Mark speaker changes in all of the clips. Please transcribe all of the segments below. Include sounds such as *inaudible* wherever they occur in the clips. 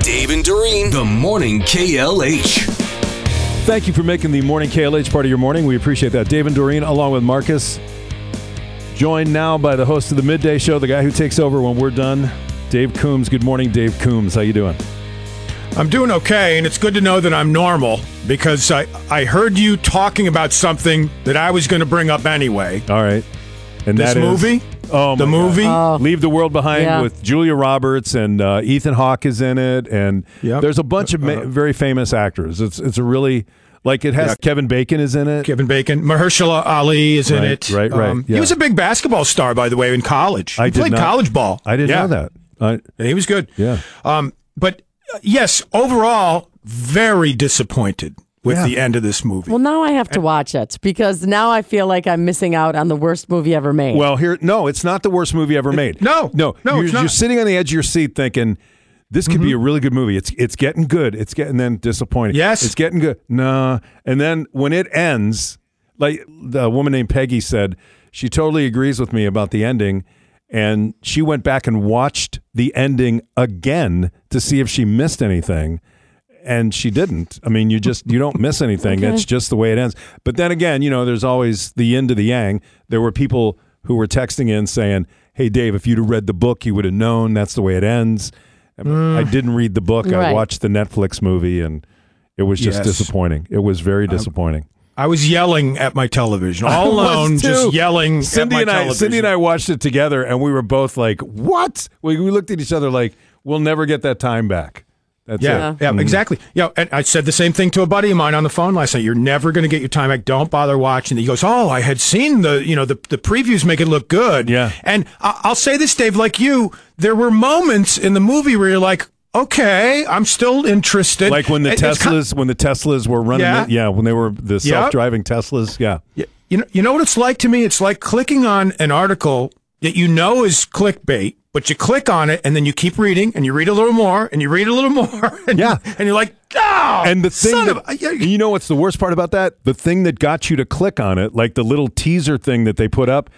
Speaker 1: Dave and Doreen. The Morning KLH.
Speaker 2: Thank you for making the morning KLH part of your morning. We appreciate that. Dave and Doreen, along with Marcus, joined now by the host of the midday show, the guy who takes over when we're done, Dave Coombs. Good morning, Dave Coombs. How you doing?
Speaker 3: I'm doing okay, and it's good to know that I'm normal because I, I heard you talking about something that I was going to bring up anyway.
Speaker 2: All right. And
Speaker 3: This
Speaker 2: that is-
Speaker 3: movie?
Speaker 2: oh,
Speaker 3: the
Speaker 2: my God.
Speaker 3: movie?
Speaker 2: Leave the World Behind
Speaker 4: Yeah.
Speaker 2: with Julia Roberts and uh, Ethan Hawke is in it, and
Speaker 3: Yep. Uh-huh.
Speaker 2: there's a bunch of ma- very famous actors. It's it's a really like it has Kevin Bacon is in it.
Speaker 3: Kevin Bacon. Mahershala Ali is in
Speaker 2: Right,
Speaker 3: it. Um,
Speaker 2: right, right, yeah.
Speaker 3: He was a big basketball star, by the way, in college.
Speaker 2: I
Speaker 3: he
Speaker 2: did
Speaker 3: played
Speaker 2: not-
Speaker 3: college ball.
Speaker 2: I didn't
Speaker 3: Yeah,
Speaker 2: know that. I,
Speaker 3: And he was good.
Speaker 2: Yeah.
Speaker 3: Um, but uh, yes, overall, very disappointed with
Speaker 2: Yeah.
Speaker 3: the end of this movie.
Speaker 4: Well, now I have to watch it because now I feel like I'm missing out on the worst movie ever made.
Speaker 2: Well, here, no, it's not the worst movie ever made.
Speaker 3: no,
Speaker 2: no,
Speaker 3: no,
Speaker 2: You're,
Speaker 3: it's not. Mm-hmm.
Speaker 2: you're sitting on the edge of your seat thinking, this could be a really good movie. It's it's getting good. It's getting then disappointing.
Speaker 3: Yes.
Speaker 2: it's getting good. Nah, and then when it ends, like the woman named Peggy said, she totally agrees with me about the ending, and she went back and watched the ending again to see if she missed anything. And she didn't. I mean, you just you don't miss anything. That's just the way it ends. But then again, you know, there's always the yin to the yang. There were people who were texting in saying, "Hey, Dave, if you'd have read the book, you would have known that's the way it ends." I mean, I didn't read the book. I
Speaker 4: Right.
Speaker 2: watched the Netflix movie, and it was just
Speaker 3: Yes.
Speaker 2: disappointing. It was very disappointing.
Speaker 3: I was yelling at my television, *laughs* all alone,
Speaker 2: was,
Speaker 3: just
Speaker 2: too.
Speaker 3: yelling
Speaker 2: Cindy
Speaker 3: at my
Speaker 2: and I,
Speaker 3: television.
Speaker 2: Cindy and I watched it together, and we were both like, "What?" We, we looked at each other like, "We'll never get that time back." That's
Speaker 3: Yeah,
Speaker 2: it.
Speaker 3: yeah, exactly. Yeah, and I said the same thing to a buddy of mine on the phone last night. You're never going to get your time back. Don't bother watching it. He goes, "Oh, I had seen the, you know, the the previews make it look good."
Speaker 2: Yeah.
Speaker 3: and I- I'll say this, Dave, like you, there were moments in the movie where you're like, "Okay, I'm still interested."
Speaker 2: Like when the
Speaker 3: It- it's ki-
Speaker 2: Teslas, when the Teslas were running,
Speaker 3: Yeah.
Speaker 2: it- yeah when they were the self-driving Teslas, yeah.
Speaker 3: Y- You know, you know what it's like to me? It's like clicking on an article that you know is clickbait, but you click on it and then you keep reading and you read a little more and you read a little *laughs* more. And,
Speaker 2: Yeah.
Speaker 3: And you're like, oh,
Speaker 2: And the thing
Speaker 3: son
Speaker 2: that,
Speaker 3: of a- yeah,
Speaker 2: you know what's the worst part about that? The thing that got you to click on it, like the little teaser thing that they put up,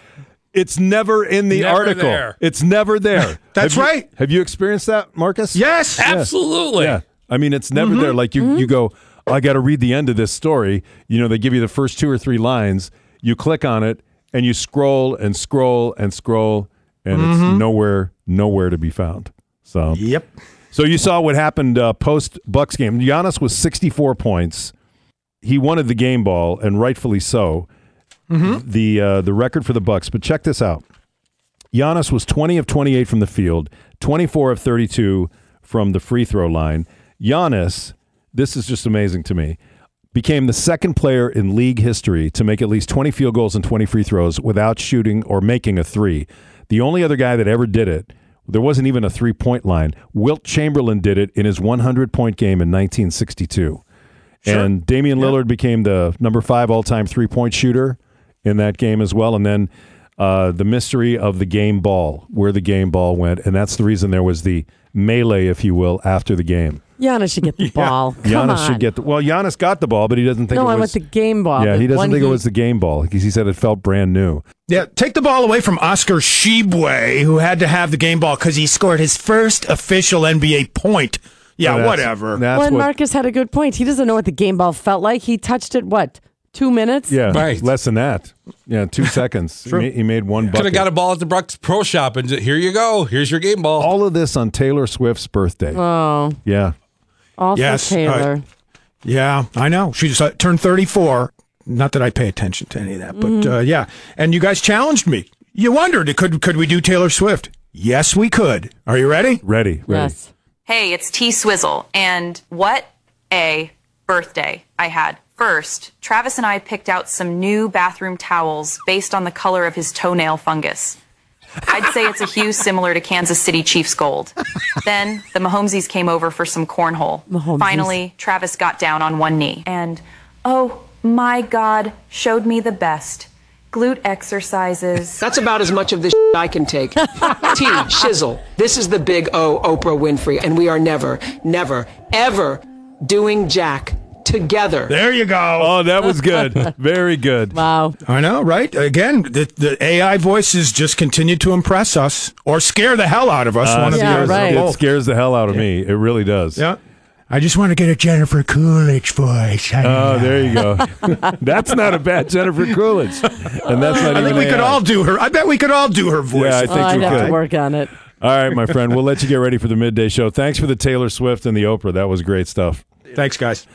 Speaker 2: it's never in the
Speaker 5: Never
Speaker 2: article.
Speaker 5: there.
Speaker 2: It's never there.
Speaker 3: *laughs*
Speaker 2: Have
Speaker 3: That's
Speaker 2: you-
Speaker 3: right.
Speaker 2: Have you experienced that, Marcus?
Speaker 3: yes.
Speaker 5: Absolutely.
Speaker 2: Yeah. I mean, it's never there. Like you, you go, I got to read the end of this story. You know, they give you the first two or three lines. You click on it and you scroll and scroll and scroll, and it's nowhere, nowhere to be found. So,
Speaker 3: Yep.
Speaker 2: so you saw what happened uh, post Bucks game. Giannis was 64 points. He wanted the game ball, and rightfully so. The uh, the record for the Bucks. But check this out: Giannis was 20 of 28 from the field, 24 of 32 from the free throw line. Giannis, this is just amazing to me, became the second player in league history to make at least 20 field goals and 20 free throws without shooting or making a three. The only other guy that ever did it, there wasn't even a three point line. Wilt Chamberlain did it in his 100 point game in 1962. And Damian Lillard became the number five all time three point shooter in that game as well. And then uh, the mystery of the game ball, where the game ball went. And that's the reason there was the melee, if you will, after the game.
Speaker 4: Giannis should get
Speaker 2: *laughs*
Speaker 4: the ball. Come
Speaker 2: Giannis
Speaker 4: on.
Speaker 2: should get the, well, Giannis got the ball, but he doesn't think
Speaker 4: no,
Speaker 2: it
Speaker 4: I want
Speaker 2: was.
Speaker 4: the game ball.
Speaker 2: yeah,
Speaker 4: the
Speaker 2: he doesn't
Speaker 4: one
Speaker 2: think it
Speaker 4: he-
Speaker 2: was the game ball because he said it felt brand new.
Speaker 3: Yeah, take the ball away from Oscar Shibwe, who had to have the game ball because he scored his first official NBA point.
Speaker 5: Ah,
Speaker 3: Yeah,
Speaker 2: That's-
Speaker 3: whatever.
Speaker 2: That's
Speaker 4: Well, and
Speaker 2: what,
Speaker 4: Marcus had a good point. He doesn't know what the game ball felt like. He touched it what two minutes?
Speaker 2: yeah,
Speaker 5: Right.
Speaker 2: less than that. Yeah,
Speaker 4: *laughs*
Speaker 2: two seconds. he, ma- he made one bucket.
Speaker 5: Could have got a ball at the Brooks Pro Shop and said, here you go. Here's your game ball.
Speaker 2: All of this on Taylor Swift's birthday.
Speaker 4: Oh,
Speaker 2: yeah.
Speaker 4: all
Speaker 3: Yes,
Speaker 4: for Taylor.
Speaker 3: Yeah, I know. She just uh, turned 34. Not that I pay attention to any of that, but
Speaker 4: Mm-hmm.
Speaker 3: uh, yeah. And you guys challenged me. You wondered could could we do Taylor Swift? Yes, we could. Are you ready?
Speaker 2: Ready. Ready.
Speaker 4: yes.
Speaker 6: Hey, it's T Swizzle, and what a birthday I had. First, Travis and I picked out some new bathroom towels based on the color of his toenail fungus. I'd say it's a hue similar to Kansas City Chiefs gold. Then the Mahomeses came over for some cornhole.
Speaker 4: Mahomesies.
Speaker 6: Finally, Travis got down on one knee and, oh my God, showed me the best glute exercises.
Speaker 7: That's about as much of this I can take. T, shizzle. This is the big O, Oprah Winfrey, and we are never, never, ever doing Jack together.
Speaker 3: There you go.
Speaker 2: Oh, that was
Speaker 3: *laughs*
Speaker 2: good. Very good.
Speaker 4: Wow.
Speaker 3: I know, right? Again, the, the AI voices just continue to impress us or scare the hell out of us. One of
Speaker 4: yeah,
Speaker 3: the others.
Speaker 4: right.
Speaker 2: It Uh, scares the hell out of me. It really does.
Speaker 3: Yeah. I just want to get a Jennifer Coolidge voice.
Speaker 2: Oh, there you
Speaker 3: *laughs*
Speaker 2: go. that's not a bad Jennifer Coolidge, and that's not
Speaker 3: I
Speaker 2: even.
Speaker 3: think we could
Speaker 2: AI.
Speaker 3: all do her. I bet we could all do her voice.
Speaker 2: uh, Yeah, I think
Speaker 4: Oh, I'd
Speaker 2: we
Speaker 4: have
Speaker 2: could.
Speaker 4: to work on it.
Speaker 2: All right, my friend, we'll let you get ready for the midday show. Thanks for the Taylor Swift and the Oprah. That was great stuff.
Speaker 3: Thanks, guys.